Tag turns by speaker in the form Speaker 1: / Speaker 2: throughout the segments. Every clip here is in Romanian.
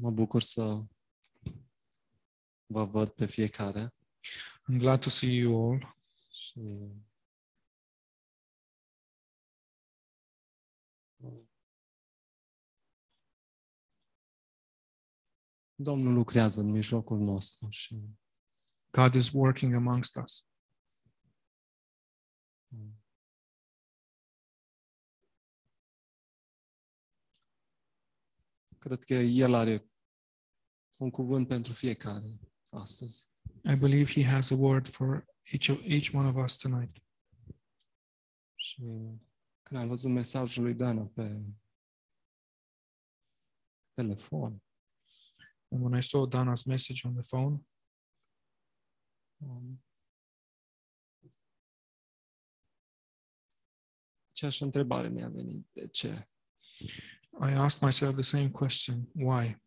Speaker 1: Mă bucur să vă văd pe fiecare
Speaker 2: I'm glad to see you all.
Speaker 1: și Domnul lucrează în mijlocul nostru și
Speaker 2: God is working amongst us.
Speaker 1: cred că El are un cuvânt pentru fiecare astăzi.
Speaker 2: I believe He has a word for each of each one of us tonight.
Speaker 1: Și când am văzut mesajul lui Dana pe telefon,
Speaker 2: And when I saw Dana's message on the phone,
Speaker 1: um, aceeași întrebare mi-a venit. De ce?
Speaker 2: I asked myself the same question: Why?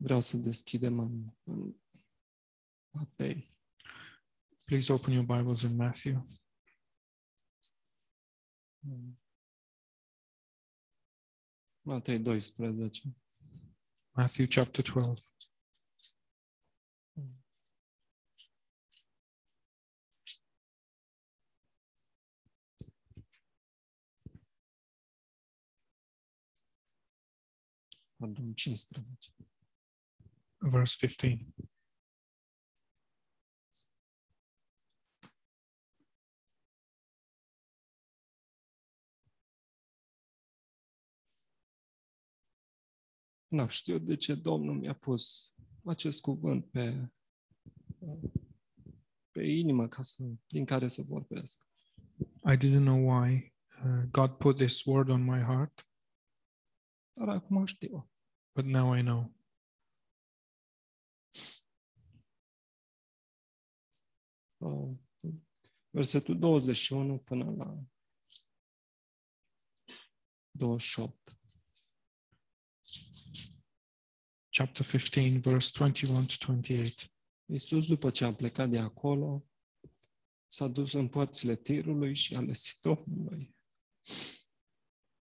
Speaker 1: Vreau să deschidem în, în Matei,
Speaker 2: Please open your Bibles in Matthew
Speaker 1: Matei 12.
Speaker 2: Matthew chapter 12.
Speaker 1: Pardon, 15.
Speaker 2: verse 15.
Speaker 1: N-am știut de ce Domnul mi-a pus acest cuvânt pe, pe inimă ca să, din care să vorbesc.
Speaker 2: I didn't know why uh, God put this word on my heart,
Speaker 1: Dar acum știu.
Speaker 2: but now I know.
Speaker 1: Uh, Versetul 21 până la 28.
Speaker 2: Chapter 15, verse 21 to 28.
Speaker 1: Iisus, după ce a plecat de acolo, s-a dus în părțile Tirului și ale Sidonului.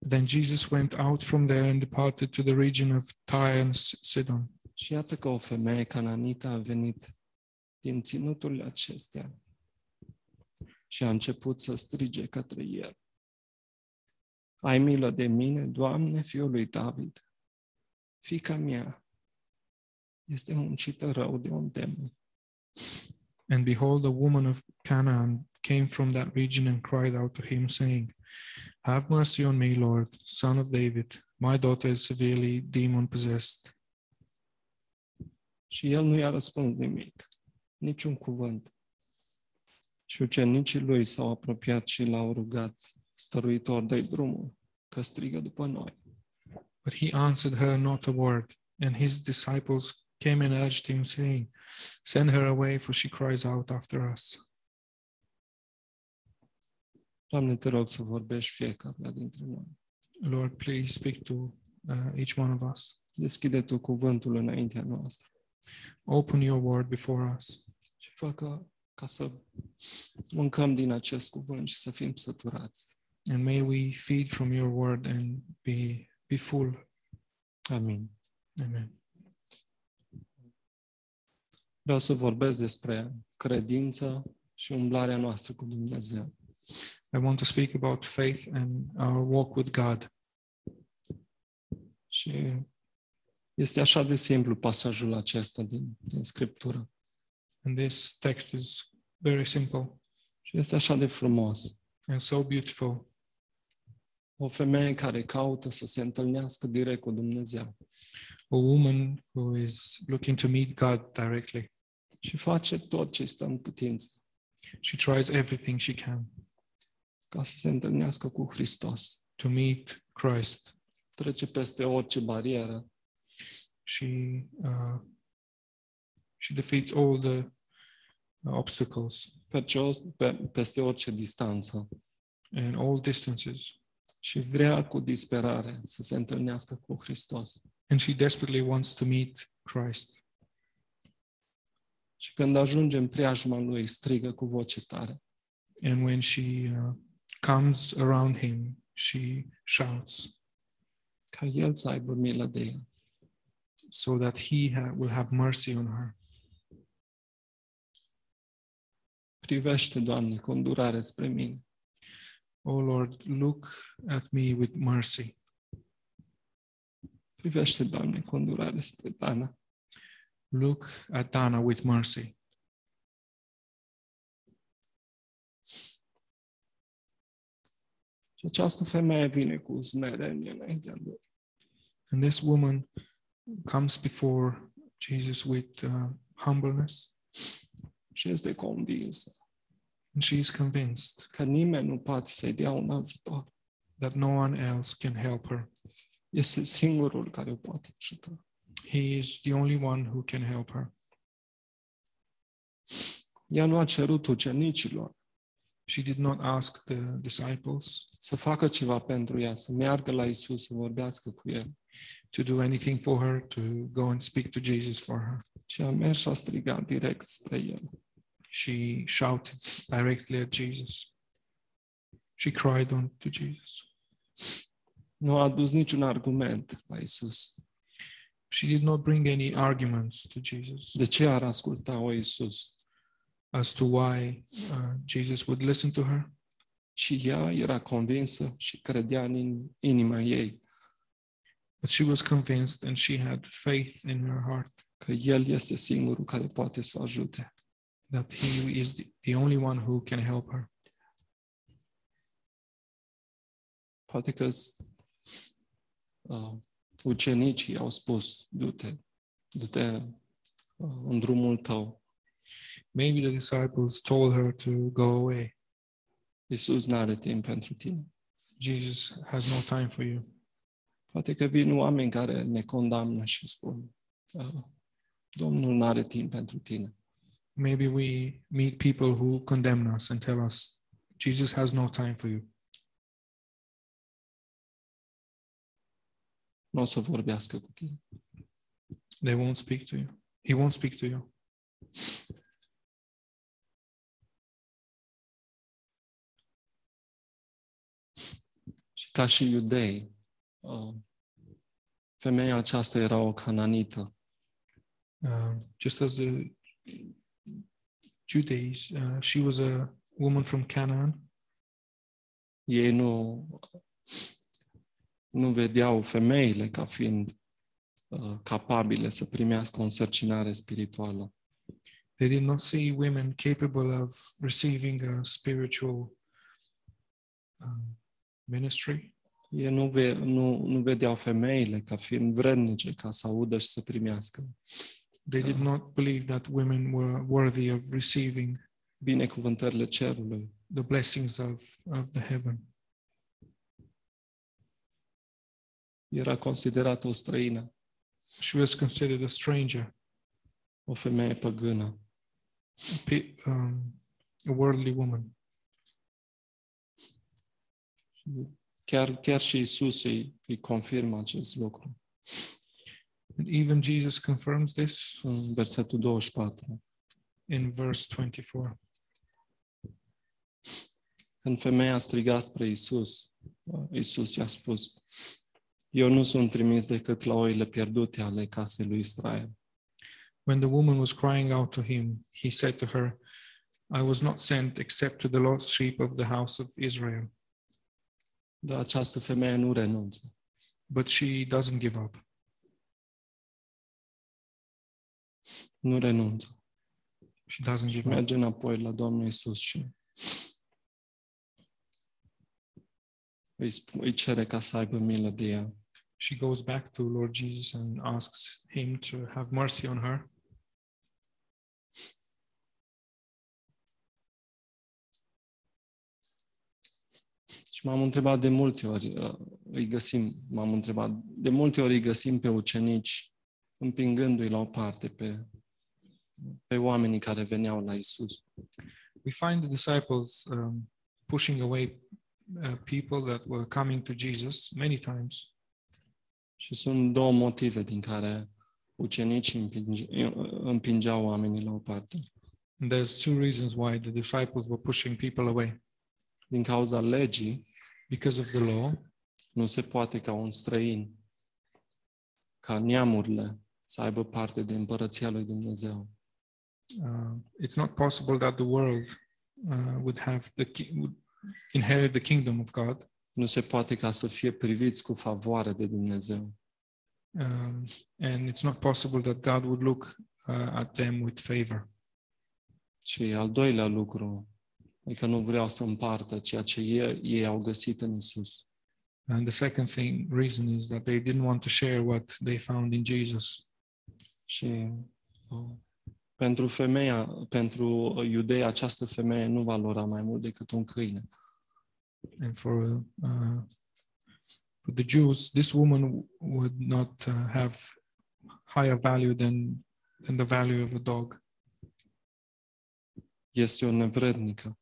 Speaker 2: Then Jesus went out from there and departed to the region of Tyre and S- Sidon.
Speaker 1: Și iată că o femeie cananită a venit din ținuturile acestea și a început să strige către el. Ai milă de mine, Doamne, fiul lui David. Fica mea este muncită rău de un demon.
Speaker 2: And behold, a woman of Canaan came from that region and cried out to him, saying, Have mercy on me, Lord, son of David. My daughter is severely demon possessed.
Speaker 1: Și el nu i-a răspuns nimic, niciun cuvânt. Și ucenicii lui s-au apropiat și l-au rugat, stăruitor, dă drumul, că strigă după noi.
Speaker 2: But he answered her not a word. And his disciples came and urged him, saying, Send her away, for she cries out after us.
Speaker 1: Doamne, te rog să vorbești fiecare dintre noi.
Speaker 2: Lord, please speak to uh, each one of us.
Speaker 1: Deschide tu cuvântul înaintea noastră
Speaker 2: Open your word before us.
Speaker 1: și facă ca să mâncăm din acest cuvânt și să fim săturați.
Speaker 2: And may we feed from your word and be, be full.
Speaker 1: Amin.
Speaker 2: Amen.
Speaker 1: Vreau să vorbesc despre credință și umblarea noastră cu Dumnezeu.
Speaker 2: I want to speak about faith and our walk with God.
Speaker 1: Și este așa de simplu pasajul acesta din, din Scriptură.
Speaker 2: And this text is very simple
Speaker 1: Și este așa de frumos.
Speaker 2: and so beautiful.
Speaker 1: O femeie care caută să se întâlnească direct cu Dumnezeu
Speaker 2: A woman who is looking to meet God directly.
Speaker 1: și face tot ce stă în putință
Speaker 2: She tries everything she can
Speaker 1: ca să se întâlnească cu Hristos.
Speaker 2: to meet Christ.
Speaker 1: trece peste orice barieră
Speaker 2: She uh, she defeats all the uh, obstacles
Speaker 1: pe ce, o- pe, peste orice distanță
Speaker 2: and all distances
Speaker 1: și vrea cu disperare să se întâlnească cu Hristos.
Speaker 2: and she desperately wants to meet Christ.
Speaker 1: Și când ajunge în preajma lui, strigă cu voce tare.
Speaker 2: And when she uh, comes around him, she shouts
Speaker 1: Ca el să aibă milă de ea.
Speaker 2: so that he ha- will have mercy on her.
Speaker 1: Privește, Doamne, cu îndurare spre mine.
Speaker 2: O Lord, look at me with mercy.
Speaker 1: Privește, Doamne, cu îndurare spre Dana.
Speaker 2: Look at Dana with mercy.
Speaker 1: Și această femeie vine cu smerenie înaintea lui.
Speaker 2: And this woman comes before Jesus with uh, humbleness,
Speaker 1: Și este convinsă
Speaker 2: and she is convinced
Speaker 1: că nimeni nu poate să-i dea un ajutor.
Speaker 2: that no one else can help her.
Speaker 1: Este singurul care o poate ajuta.
Speaker 2: He is the only one who can help her.
Speaker 1: Ea nu a cerut ucenicilor
Speaker 2: She did not ask the disciples
Speaker 1: să facă ceva pentru ea, să meargă la Isus, să vorbească cu el,
Speaker 2: to do anything for her, to go and speak to Jesus for her.
Speaker 1: ci a mers și a strigat direct spre el.
Speaker 2: She shouted directly at Jesus. She cried on to Jesus.
Speaker 1: Nu a adus niciun argument la Isus.
Speaker 2: She did not bring any arguments to Jesus
Speaker 1: De ce ar asculta o Isus?
Speaker 2: as to why uh, Jesus would listen to her.
Speaker 1: Și ea era convinsă și credea în inima ei
Speaker 2: But she was convinced and she had faith in her heart
Speaker 1: că El este singurul care poate să o ajute.
Speaker 2: that he is the- the only one who can help her.
Speaker 1: Poate că uh, ucenicii au spus, du-te, du-te uh, în drumul tău.
Speaker 2: Maybe the disciples told her to go away.
Speaker 1: Isus nu are timp pentru tine.
Speaker 2: Jesus has no time for you.
Speaker 1: Poate că vin oameni care ne condamnă și spun, uh, Domnul nu are timp pentru tine.
Speaker 2: maybe we meet people who condemn us and tell us jesus has no time for you
Speaker 1: Nu o să vorbească cu tine.
Speaker 2: they won't speak to you he won't speak to you
Speaker 1: Și ca și iudei, uh, femeia aceasta era o cananită
Speaker 2: Um, just as the judees uh, she was a woman from canaan
Speaker 1: ei nu, nu vedeau femeile ca fiind uh, capabile să primească o însărcinare spirituală.
Speaker 2: they did not see women capable of receiving a spiritual um, ministry
Speaker 1: Ei nu, ve, nu, nu vedeau femeile ca fiind vrednice ca să audă și să primească
Speaker 2: they did not believe that women were worthy of receiving
Speaker 1: binecuvântările cerului.
Speaker 2: the blessings of, of the heaven
Speaker 1: Era considerată o străină,
Speaker 2: she was considered a stranger
Speaker 1: o femeie păgână.
Speaker 2: pe- um, a worldly woman.
Speaker 1: Chiar, chiar și Isus îi, îi confirmă acest lucru
Speaker 2: And even Jesus confirms this
Speaker 1: în versetul 24.
Speaker 2: in verse 24.
Speaker 1: Când femeia striga spre Isus, Isus i-a spus, eu nu sunt trimis decât la oile pierdute ale casei lui Israel.
Speaker 2: When the woman was crying out to him, he said to her, I was not sent except to the lost sheep of the house of Israel.
Speaker 1: Dar această femeie nu renunță.
Speaker 2: But she doesn't give up.
Speaker 1: Nu renunță.
Speaker 2: She doesn't give up.
Speaker 1: Merge înapoi la Domnul Isus și îi, sp- îi cere ca să aibă milă de ea.
Speaker 2: She goes back to Lord Jesus and asks him to have mercy on her.
Speaker 1: Și m-am întrebat de multe ori, uh, îi găsim, m-am întrebat, de multe ori îi găsim pe ucenici împingându-i la o parte pe, pe oamenii care veneau la Isus.
Speaker 2: We find the disciples um, pushing away uh, people that were coming to Jesus many times.
Speaker 1: Și sunt două motive din care ucenicii împinge, împingeau oamenii la o parte.
Speaker 2: And there's two reasons why the disciples were pushing people away.
Speaker 1: Din cauza legii,
Speaker 2: Because of the law,
Speaker 1: nu se poate ca un străin, ca neamurile, să aibă parte de împărăția lui Dumnezeu.
Speaker 2: uh, it's not possible that the world uh, would have the ki- would inherit the kingdom of God.
Speaker 1: Nu se poate ca să fie priviți cu favoare de Dumnezeu.
Speaker 2: Um, and it's not possible that God would look uh, at them with favor.
Speaker 1: Și al doilea lucru, e că nu vreau să împartă ceea ce ei, ei au găsit în Isus.
Speaker 2: And the second thing reason is that they didn't want to share what they found in Jesus.
Speaker 1: Și uh, pentru femeia, pentru iudei, această femeie nu valora mai mult decât un câine.
Speaker 2: And for uh, for the Jews, this woman would not uh, have higher value than than the value of a dog.
Speaker 1: Este o nevrednică.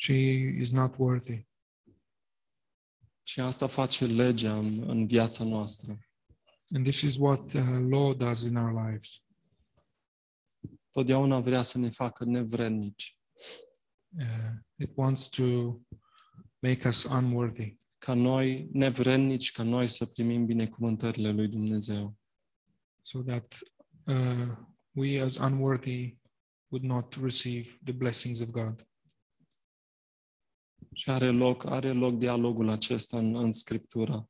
Speaker 2: She is not worthy,
Speaker 1: Și asta face legea în, în viața noastră.
Speaker 2: and this is what uh, law does in our lives.
Speaker 1: Totdeauna vrea să ne facă nevrednici,
Speaker 2: uh, it wants to make us unworthy
Speaker 1: ca noi nevrednici, ca noi să primim binecuvântările lui Dumnezeu.
Speaker 2: so that uh, we as unworthy would not receive the blessings of god
Speaker 1: Și are loc, are loc dialogul acesta în, în Scriptura.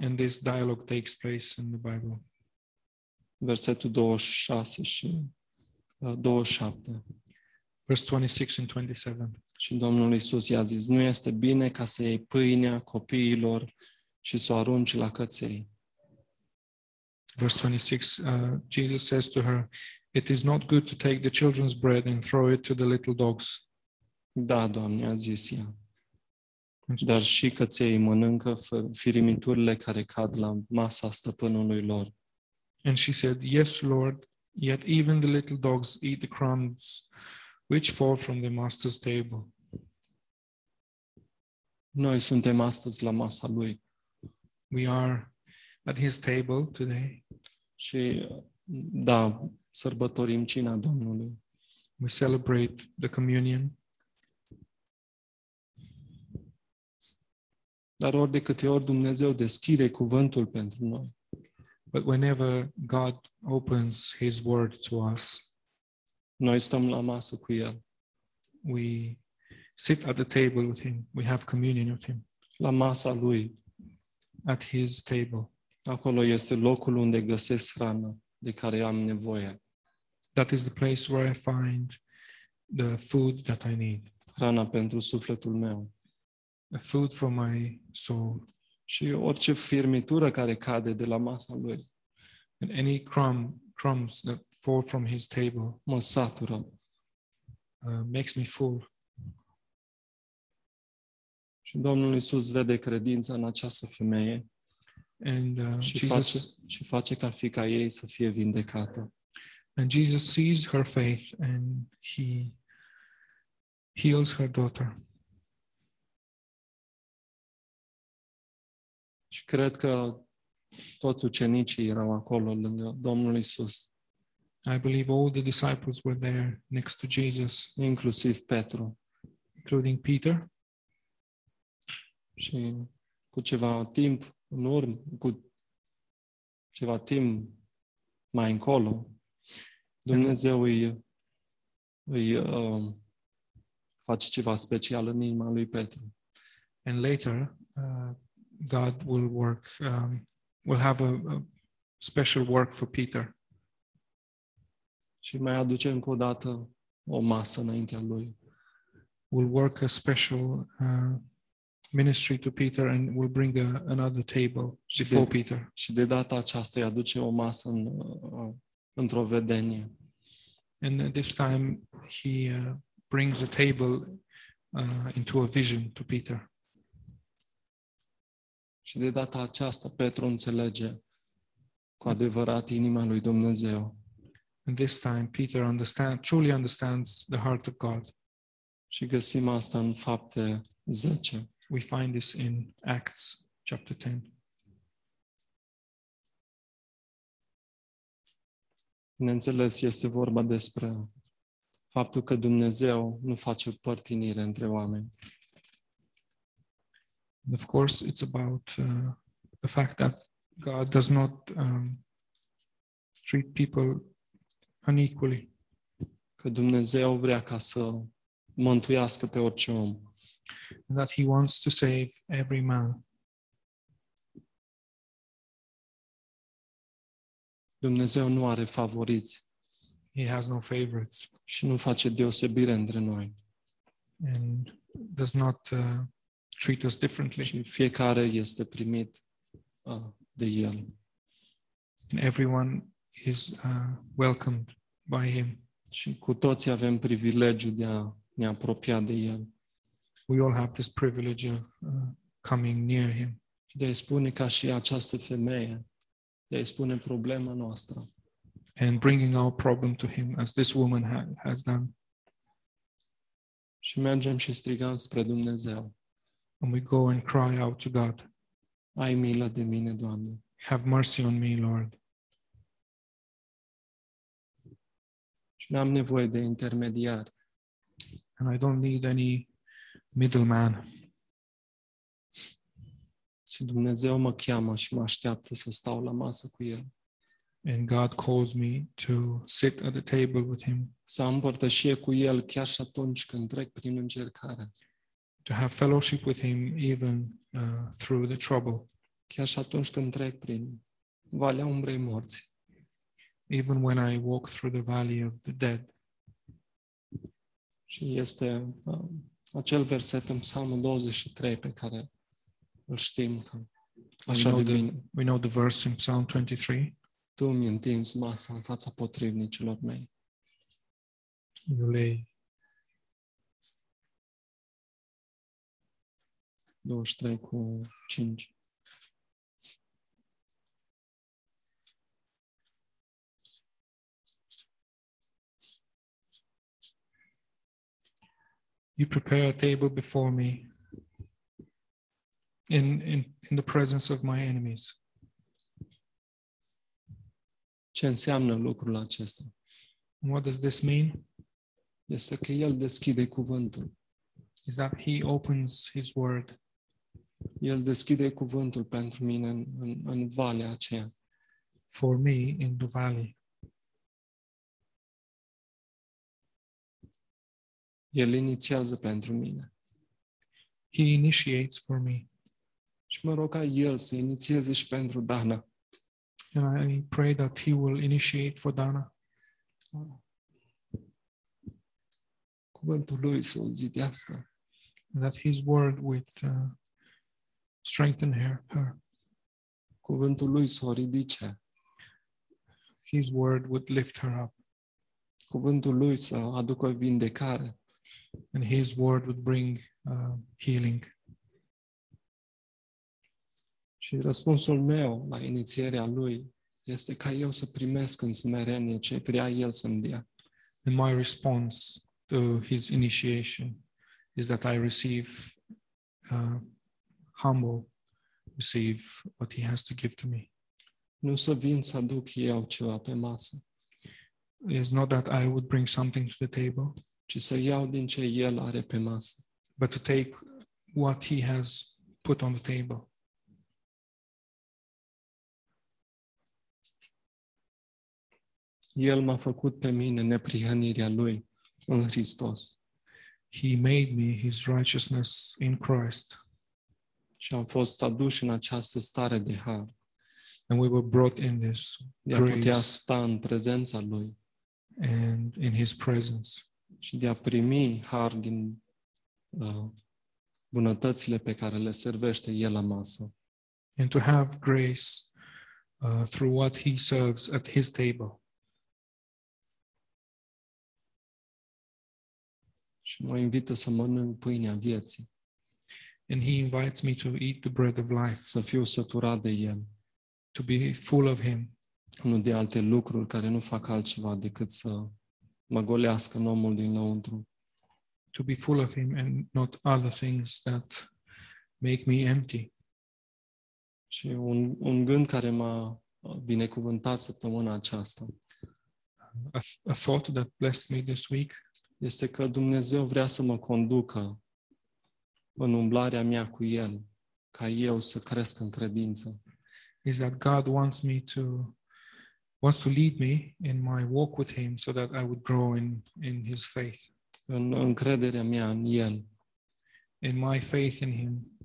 Speaker 2: and this dialogue takes place in the bible
Speaker 1: Versetul 26 și uh, 27.
Speaker 2: verse 26 and 27
Speaker 1: Și Domnul Isus i-a zis, nu este bine ca să iei pâinea copiilor și să o arunci la căței.
Speaker 2: verse 26 uh, jesus says to her it is not good to take the children's bread and throw it to the little dogs
Speaker 1: Da, Doamne, a zis ea,
Speaker 2: And
Speaker 1: dar și căței mănâncă fă- firimiturile care cad la masa stăpânului lor.
Speaker 2: And she said, Yes, Lord, yet even the little dogs eat the crumbs which fall from the master's table.
Speaker 1: Noi suntem astăzi la masa Lui
Speaker 2: We are at his table today.
Speaker 1: și, uh, da, sărbătorim cina Domnului.
Speaker 2: We celebrate the communion.
Speaker 1: Dar ori de câte ori Dumnezeu deschide cuvântul pentru noi,
Speaker 2: But whenever God opens his word to us,
Speaker 1: noi stăm la masă cu El.
Speaker 2: we sit at the table with him. We have communion with him
Speaker 1: La masa Lui,
Speaker 2: at his table.
Speaker 1: acolo este locul unde găsesc hrana de care am nevoie.
Speaker 2: That is the place where I find the food that I need,
Speaker 1: hrana pentru sufletul meu.
Speaker 2: the food for my soul.
Speaker 1: Și orice firmitură care cade de la masa lui
Speaker 2: and any crumb crumbs that fall from his table
Speaker 1: mă satură.
Speaker 2: uh, makes me full
Speaker 1: Și Domnul Isus vede credința în această femeie
Speaker 2: and uh,
Speaker 1: și face,
Speaker 2: jesus
Speaker 1: și face ca fica ei să fie vindecată.
Speaker 2: and jesus sees her faith and he heals her daughter
Speaker 1: Și cred că toți ucenicii erau acolo lângă Domnul Isus,
Speaker 2: i believe all the disciples were there next to jesus
Speaker 1: inclusiv Petru.
Speaker 2: including peter
Speaker 1: Și cu ceva timp în urmă, cu ceva timp mai încolo, Dumnezeu îi, îi um, face ceva special în inima lui Petru.
Speaker 2: and later uh, god will work um, will have a, a special work for peter
Speaker 1: Și mai aduce încă o dată o masă înaintea lui.
Speaker 2: will work a special uh, ministry to peter and will bring a, another table
Speaker 1: Și
Speaker 2: before
Speaker 1: de-
Speaker 2: peter
Speaker 1: Și de data aceasta îi aduce o masă în, uh, într-o vedenie.
Speaker 2: And at this time, he uh, brings a table uh, into a vision to Peter.
Speaker 1: Și de data aceasta Petru înțelege cu adevărat inima lui Dumnezeu.
Speaker 2: And this time, Peter understand, truly understands the heart of God.
Speaker 1: Și găsim asta în fapte 10.
Speaker 2: We find this in Acts chapter 10.
Speaker 1: Bineînțeles, este vorba despre faptul că Dumnezeu nu face părtinire între oameni.
Speaker 2: And of course, it's about uh, the fact that God does not um, treat people unequally,
Speaker 1: Că Dumnezeu vrea ca să mântuiască pe orice om.
Speaker 2: and that He wants to save every man.
Speaker 1: Dumnezeu nu are favoriți
Speaker 2: He has no favorites
Speaker 1: și nu face deosebire între noi.
Speaker 2: and does not uh, treat us differently.
Speaker 1: Și fiecare este primit uh, de El.
Speaker 2: and everyone is uh, welcomed by him.
Speaker 1: Și cu toții avem privilegiul de a ne apropia de El.
Speaker 2: We all have this privilege of uh, coming near him
Speaker 1: Și de a-i spune ca și această femeie, de a-i spune problema noastră.
Speaker 2: and bringing our problem to him, as this woman ha- has done.
Speaker 1: Și mergem și strigăm spre Dumnezeu.
Speaker 2: And we go and cry out to God,
Speaker 1: Ai milă de mine, Doamne.
Speaker 2: Have mercy on me, Lord.
Speaker 1: Și nu am nevoie de intermediari.
Speaker 2: And I don't need any middleman.
Speaker 1: Și Dumnezeu mă cheamă și mă așteaptă să stau la masă cu El.
Speaker 2: And God calls me to sit at the table with him,
Speaker 1: Să am părtășie cu El chiar și atunci când trec prin încercare.
Speaker 2: to have fellowship with him, even uh, through the trouble,
Speaker 1: Chiar și atunci când trec prin valea umbrei morții.
Speaker 2: even when I walk through the valley of the dead.
Speaker 1: Și este uh, acel verset în Psalmul 23 pe care îl știm că așa de
Speaker 2: know the-
Speaker 1: bine.
Speaker 2: We know the verse in Psalm 23
Speaker 1: Tu mi întinzi masa în fața potrivnicilor mei.
Speaker 2: you lay
Speaker 1: 23 cu 5.
Speaker 2: You prepare a table before me in, in, in the presence of my enemies.
Speaker 1: Ce înseamnă lucrul acesta?
Speaker 2: And what does this mean?
Speaker 1: Este că El deschide cuvântul.
Speaker 2: Is that he opens his word.
Speaker 1: El deschide cuvântul pentru mine în, în, în valea aceea.
Speaker 2: for me in the valley.
Speaker 1: El inițiază pentru mine.
Speaker 2: He initiates for me.
Speaker 1: Și mă rog ca El să inițieze și pentru Dana.
Speaker 2: And I pray that he will initiate for Dana,
Speaker 1: Cuvântul Lui să o zidească.
Speaker 2: that his word would uh, strengthen her, her.
Speaker 1: Cuvântul Lui să o ridice.
Speaker 2: His word would lift her up,
Speaker 1: Cuvântul Lui să aducă vindecare.
Speaker 2: and his word would bring uh, healing.
Speaker 1: Și răspunsul meu la inițierea Lui este ca eu să primesc în smerenie ce vrea El să-mi dea.
Speaker 2: And my response to his initiation is that I receive uh, humble, receive what he has to give to me.
Speaker 1: Nu să vin să aduc eu ceva pe masă,
Speaker 2: It's not that I would bring something to the table,
Speaker 1: ci să iau din ce El are pe masă.
Speaker 2: but to take what he has put on the table.
Speaker 1: El m-a făcut pe mine neprihănirea Lui în Hristos
Speaker 2: He made me his righteousness in Christ,
Speaker 1: și am fost aduși în această stare de har,
Speaker 2: and we were brought in this
Speaker 1: de a putea
Speaker 2: Grace.
Speaker 1: sta în prezența Lui
Speaker 2: and in his presence,
Speaker 1: și de a primi har din uh, bunătățile pe care le servește El la masă.
Speaker 2: and to have grace uh, through what he serves at his table.
Speaker 1: Și mă invită să mănânc pâinea vieții,
Speaker 2: and he invites me to eat the bread of life,
Speaker 1: să fiu săturat de El,
Speaker 2: to be full of him,
Speaker 1: nu de alte lucruri care nu fac altceva decât să mă golească în omul din lăuntru.
Speaker 2: to be full of him, and not other things that Make me empty.
Speaker 1: Și un, un gând care m-a uh, binecuvântat săptămâna aceasta
Speaker 2: A, th- a thought that blessed me this week
Speaker 1: este că Dumnezeu vrea să mă conducă în umblarea mea cu El, ca eu să cresc în credință.
Speaker 2: is that God wants me to wants to lead me in my walk with Him, so that I would grow in in His faith,
Speaker 1: în încrederea mea în El.
Speaker 2: in my faith in Him.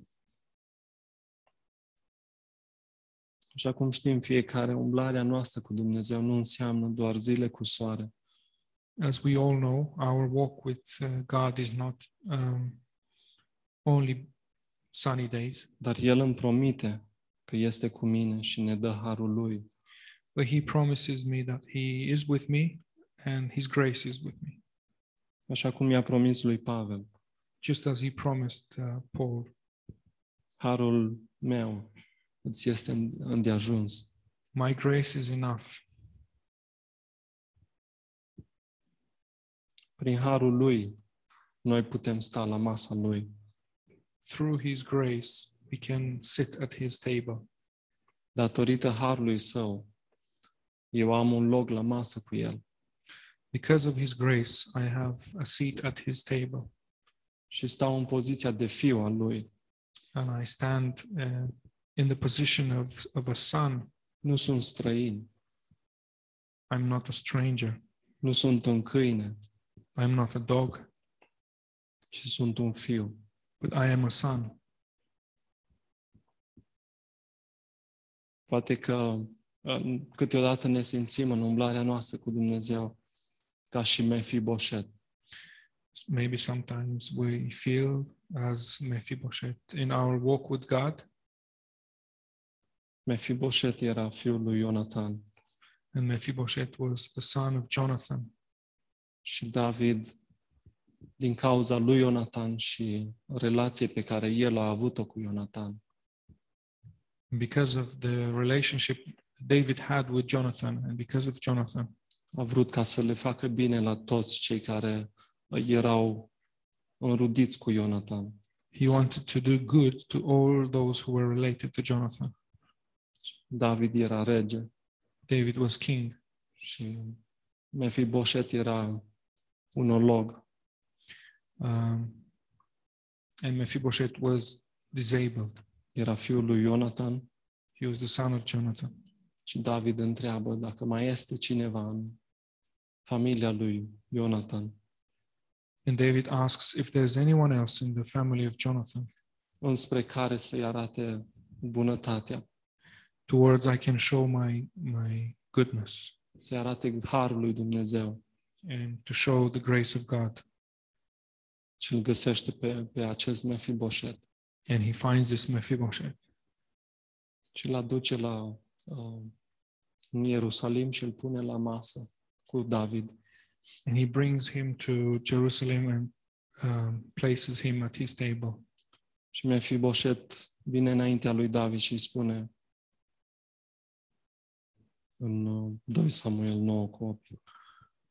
Speaker 1: Așa cum știm fiecare, umblarea noastră cu Dumnezeu nu înseamnă doar zile cu soare,
Speaker 2: As we all know, our walk with uh, God is not um, only sunny days,
Speaker 1: dar El îmi promite că este cu mine și ne dă harul Lui.
Speaker 2: but He promises me that He is with me, and His grace is with me,
Speaker 1: Așa cum i-a promis lui Pavel,
Speaker 2: just as He promised uh, Paul.
Speaker 1: harul meu îți este în- îndeajuns.
Speaker 2: My grace is enough.
Speaker 1: Prin harul Lui, noi putem sta la masa Lui.
Speaker 2: Through His grace, we can sit at His table.
Speaker 1: Datorită harului Său, eu am un loc la masă cu El
Speaker 2: Because of his grace, I have a seat at his table
Speaker 1: și stau în poziția de fiu al Lui.
Speaker 2: and I stand uh, in the position of, of a son.
Speaker 1: Nu sunt străin,
Speaker 2: I'm not a stranger.
Speaker 1: nu sunt un câine,
Speaker 2: I'm not a dog,
Speaker 1: ci sunt un fiu.
Speaker 2: but I am a son.
Speaker 1: Poate că în- câteodată ne simțim în umblarea noastră cu Dumnezeu ca și Mefiboset.
Speaker 2: Maybe sometimes we feel as Mephibosheth in our walk with God,
Speaker 1: Mefiboset era fiul lui Ionatan
Speaker 2: and Mephibosheth was the son of Jonathan.
Speaker 1: și David, din cauza lui Ionatan și relației pe care el a avut-o cu Ionatan,
Speaker 2: Because of the relationship David had with Jonathan, and because of Jonathan,
Speaker 1: a vrut ca să le facă bine la toți cei care erau înrudiți cu Ionatan.
Speaker 2: he wanted to do good to all those who were related to Jonathan.
Speaker 1: David era rege
Speaker 2: David was king.
Speaker 1: și Mefiboset era unolog.
Speaker 2: um, and Mephibosheth was disabled.
Speaker 1: era fiul lui Ionatan
Speaker 2: He was the son of Jonathan.
Speaker 1: și David întreabă dacă mai este cineva în familia lui Ionatan.
Speaker 2: And David asks if there's anyone else in the family of Jonathan
Speaker 1: înspre care să-i arate bunătatea,
Speaker 2: towards I can show my my goodness
Speaker 1: să-i arate harul lui Dumnezeu
Speaker 2: and to show the grace of God.
Speaker 1: și îl găsește pe, pe acest Mefiboset
Speaker 2: And he finds this Mephibosheth
Speaker 1: și îl aduce la uh, în Ierusalim și îl pune la masă cu David.
Speaker 2: and he brings him to Jerusalem and um, places him at his table.
Speaker 1: Și Mefiboset vine înaintea lui David și îi spune în uh, 2 Samuel 9 cu 8,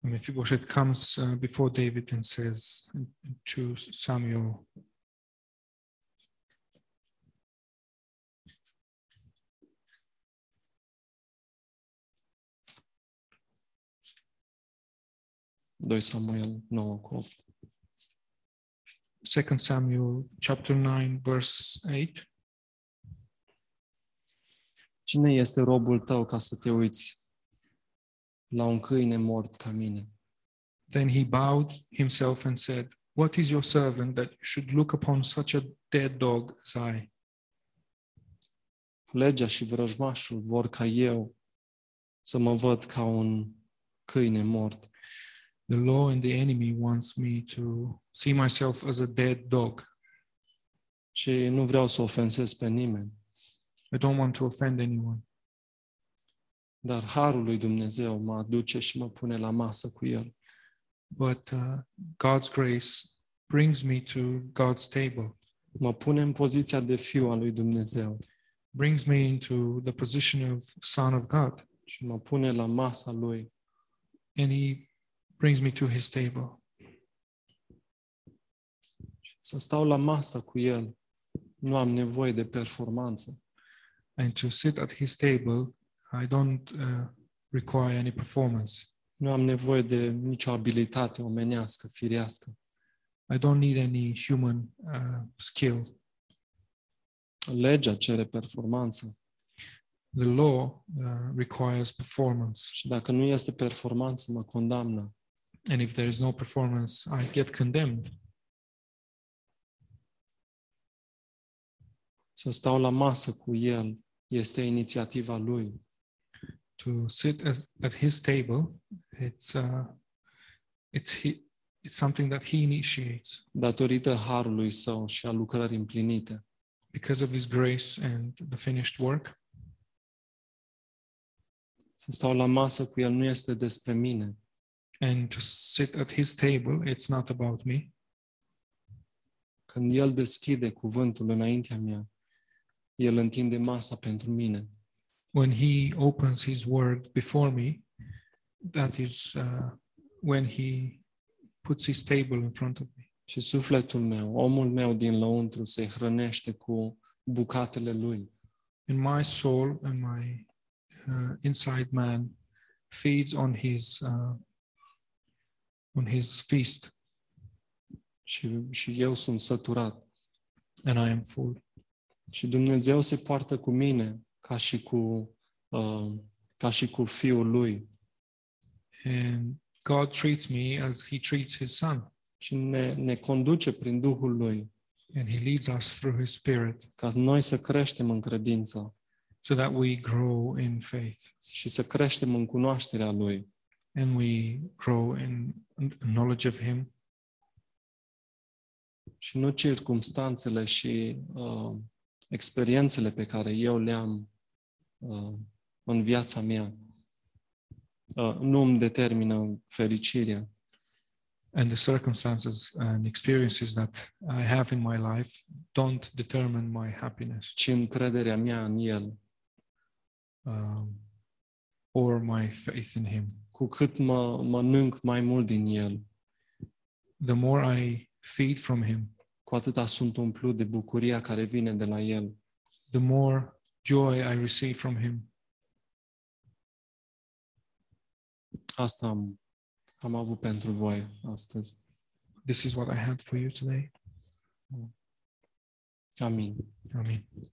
Speaker 2: And Mephibosheth comes uh, before David and says to Samuel
Speaker 1: doi Samuel 9 cu 8.
Speaker 2: 2 Samuel chapter 9 verse 8
Speaker 1: Cine este robul tău ca să te uiți la un câine mort ca mine?
Speaker 2: Then he bowed himself and said, What is your servant that you should look upon such a dead dog as I?
Speaker 1: Legea și vrăjmașul vor ca eu să mă văd ca un câine mort.
Speaker 2: The law and the enemy wants me to see myself as a dead dog.
Speaker 1: Și nu vreau să ofensez pe nimeni,
Speaker 2: I don't want to offend anyone.
Speaker 1: dar harul lui Dumnezeu mă aduce și mă pune la masă cu el.
Speaker 2: But uh, God's grace brings me to God's table,
Speaker 1: Mă pune în poziția de fiu al lui Dumnezeu
Speaker 2: brings me into the position of Son of God,
Speaker 1: și mă pune la masa lui.
Speaker 2: and he brings me to his table.
Speaker 1: Să stau la masă cu el Nu am nevoie de performanță.
Speaker 2: and to sit at his table, I don't uh, require any performance.
Speaker 1: Nu am nevoie de nicio abilitate omenească, firească.
Speaker 2: I don't need any human uh, skill.
Speaker 1: Legea cere performanță
Speaker 2: The law uh, requires performance,
Speaker 1: și dacă nu este performanță, mă condamnă.
Speaker 2: and if there is no performance, I get condemned.
Speaker 1: Să stau la masă cu el este inițiativa lui.
Speaker 2: To sit as, at his table, it's uh, it's he, it's something that he initiates
Speaker 1: Datorită harului său și a lucrării împlinite,
Speaker 2: because of his grace and the finished work.
Speaker 1: să stau la masă cu el nu este despre mine,
Speaker 2: And to sit at his table, it's not about me.
Speaker 1: Când El deschide cuvântul înaintea mea, El întinde masa pentru mine.
Speaker 2: when he opens his word before me, that is uh, when he puts his table in front of me.
Speaker 1: Și sufletul meu, omul meu din lăuntru, se hrănește cu bucatele Lui.
Speaker 2: And my soul and my uh, inside man feeds on his uh, on his feast,
Speaker 1: Și, și eu sunt săturat.
Speaker 2: and I am full.
Speaker 1: Și Dumnezeu se poartă cu mine ca și cu, uh, ca și cu Fiul Lui.
Speaker 2: And God treats me as He treats His Son,
Speaker 1: Și ne, ne conduce prin Duhul Lui
Speaker 2: and He leads us through His Spirit,
Speaker 1: ca noi să creștem în credință
Speaker 2: so that we grow in faith
Speaker 1: și să creștem în cunoașterea Lui.
Speaker 2: and we grow in knowledge of Him.
Speaker 1: și nu circumstanțele și uh, experiențele pe care eu le-am uh, în viața mea uh, nu îmi determină fericirea,
Speaker 2: and the circumstances and experiences that I have in my life don't determine my happiness
Speaker 1: ci încrederea mea în El.
Speaker 2: um, or my faith in Him.
Speaker 1: Cu cât mă mănânc mai mult din El,
Speaker 2: The more I feed from Him,
Speaker 1: cu atâta sunt umplut de bucuria care vine de la El.
Speaker 2: the more joy I receive from Him.
Speaker 1: Asta am, am avut pentru voi astăzi.
Speaker 2: This is what I had for you today.
Speaker 1: Amin.
Speaker 2: Amen.